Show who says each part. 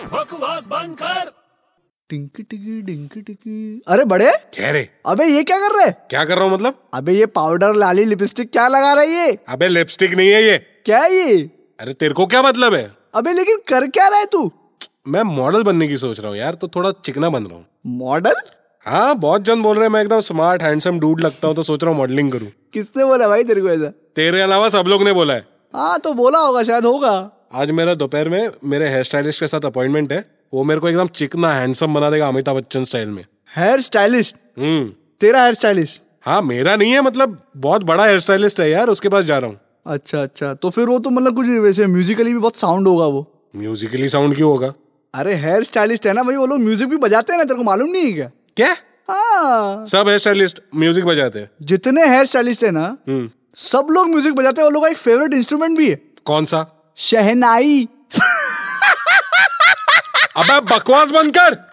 Speaker 1: आवाज बंद कर
Speaker 2: टिंकी टिकी डिंकी टिकी अरे बड़े
Speaker 3: ठहरे
Speaker 2: अबे ये क्या कर रहे
Speaker 3: क्या कर रहा हूँ मतलब
Speaker 2: अबे ये पाउडर लाली लिपस्टिक क्या लगा रही है ये?
Speaker 3: अबे लिपस्टिक नहीं है ये
Speaker 2: क्या है ये
Speaker 3: अरे तेरे को क्या मतलब है
Speaker 2: अबे लेकिन कर क्या रहा है तू
Speaker 3: मैं मॉडल बनने की सोच रहा हूँ यार तो थोड़ा चिकना बन रहा हूँ
Speaker 2: मॉडल
Speaker 3: हाँ बहुत जन बोल रहे हैं मैं एकदम स्मार्ट हैंडसम डूड लगता हूँ तो सोच रहा हूँ मॉडलिंग करूँ
Speaker 2: किसने बोला भाई तेरे को ऐसा
Speaker 3: तेरे अलावा सब लोग ने बोला है
Speaker 2: हाँ तो बोला होगा शायद होगा
Speaker 3: आज मेरा दोपहर में मेरे हेयर स्टाइलिस्ट के साथ अपॉइंटमेंट है वो मेरे को एकदम चिकना हैंडसम बना देगा अमिताभ बच्चन स्टाइल में
Speaker 2: हेयर स्टाइलिस्ट
Speaker 3: हम्म
Speaker 2: तेरा हेयर स्टाइलिस्ट
Speaker 3: हाँ मेरा नहीं है मतलब बहुत बड़ा हेयर स्टाइलिस्ट है यार उसके पास जा रहा हूँ
Speaker 2: अच्छा अच्छा तो फिर वो तो मतलब कुछ वैसे म्यूजिकली भी बहुत साउंड होगा वो
Speaker 3: म्यूजिकली साउंड क्यों होगा
Speaker 2: अरे हेयर स्टाइलिस्ट है ना भाई वो लोग म्यूजिक भी बजाते हैं ना तेरे को मालूम नहीं है क्या
Speaker 3: क्या
Speaker 2: हाँ
Speaker 3: सब हेयर स्टाइलिस्ट म्यूजिक बजाते हैं
Speaker 2: जितने हेयर स्टाइलिस्ट है ना
Speaker 3: हम्म,
Speaker 2: सब लोग म्यूजिक बजाते हैं उन लोगों का एक फेवरेट इंस्ट्रूमेंट भी है
Speaker 3: कौन सा
Speaker 2: शहनाई
Speaker 3: अबे बकवास बंद कर